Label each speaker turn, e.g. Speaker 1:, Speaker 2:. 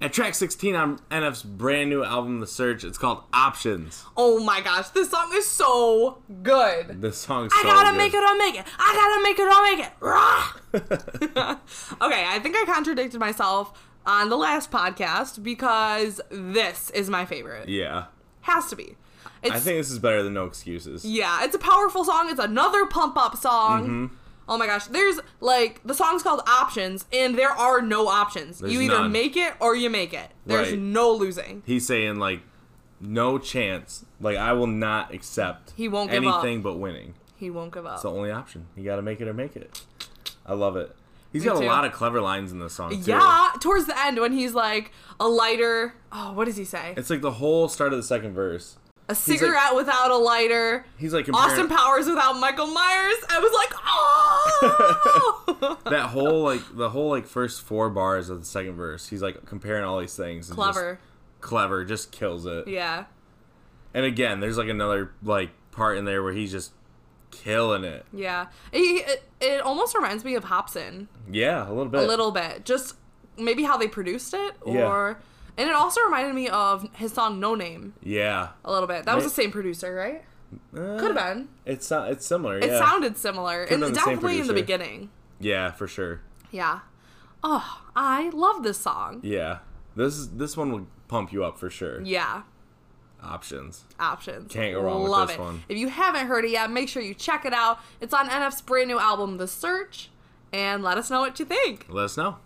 Speaker 1: At track 16 on NF's brand new album, The Search, it's called Options.
Speaker 2: Oh my gosh, this song is so good.
Speaker 1: This song is
Speaker 2: I
Speaker 1: so
Speaker 2: gotta
Speaker 1: good.
Speaker 2: make it, I'll make it. I gotta make it, I'll make it. Rah! okay, I think I contradicted myself on the last podcast because this is my favorite.
Speaker 1: Yeah.
Speaker 2: Has to be. It's,
Speaker 1: I think this is better than No Excuses.
Speaker 2: yeah, it's a powerful song. It's another pump up song.
Speaker 1: Mm-hmm.
Speaker 2: Oh my gosh, there's like the song's called Options, and there are no options.
Speaker 1: There's
Speaker 2: you either
Speaker 1: none.
Speaker 2: make it or you make it. There's
Speaker 1: Right.
Speaker 2: no losing.
Speaker 1: He's saying, like, no chance. Like, I will not accept
Speaker 2: He won't give up.
Speaker 1: anything but winning.
Speaker 2: He won't give up.
Speaker 1: It's the only option. You gotta make it or make it. I love it. He's
Speaker 2: Me
Speaker 1: got
Speaker 2: too.
Speaker 1: a lot of clever lines in this song, too.
Speaker 2: Yeah, towards the end when he's like a lighter. Oh, what does he say?
Speaker 1: It's like the whole start of the second verse.
Speaker 2: A cigarette without a lighter.
Speaker 1: He's like comparing-
Speaker 2: Austin Powers without Michael Myers. I was like, oh,
Speaker 1: that whole like the whole like first four bars of the second verse he's like comparing all these things and
Speaker 2: clever.
Speaker 1: just, clever just kills it
Speaker 2: Yeah,
Speaker 1: and again there's like another like part in there where he's just killing it
Speaker 2: yeah. He, it, it almost reminds me of Hobson
Speaker 1: yeah a little bit
Speaker 2: a little bit. Just maybe how they produced it,
Speaker 1: Yeah.
Speaker 2: or and it also reminded me of his song No Name
Speaker 1: yeah
Speaker 2: a little bit. That was
Speaker 1: Right.
Speaker 2: the same producer, right?
Speaker 1: Uh,
Speaker 2: Could have been.
Speaker 1: it's so- it's similar
Speaker 2: It
Speaker 1: yeah
Speaker 2: sounded similar, and
Speaker 1: been the same
Speaker 2: definitely in the
Speaker 1: producer.
Speaker 2: beginning.
Speaker 1: yeah for sure
Speaker 2: Yeah. Oh, I love this song.
Speaker 1: yeah this is this one will pump you up for sure
Speaker 2: Yeah.
Speaker 1: options
Speaker 2: Options.
Speaker 1: Can't go wrong with
Speaker 2: Love
Speaker 1: this
Speaker 2: it.
Speaker 1: one.
Speaker 2: If you haven't heard it yet, make sure you check it out. It's on NF's brand new album, The Search, and let us know what you think.
Speaker 1: let us know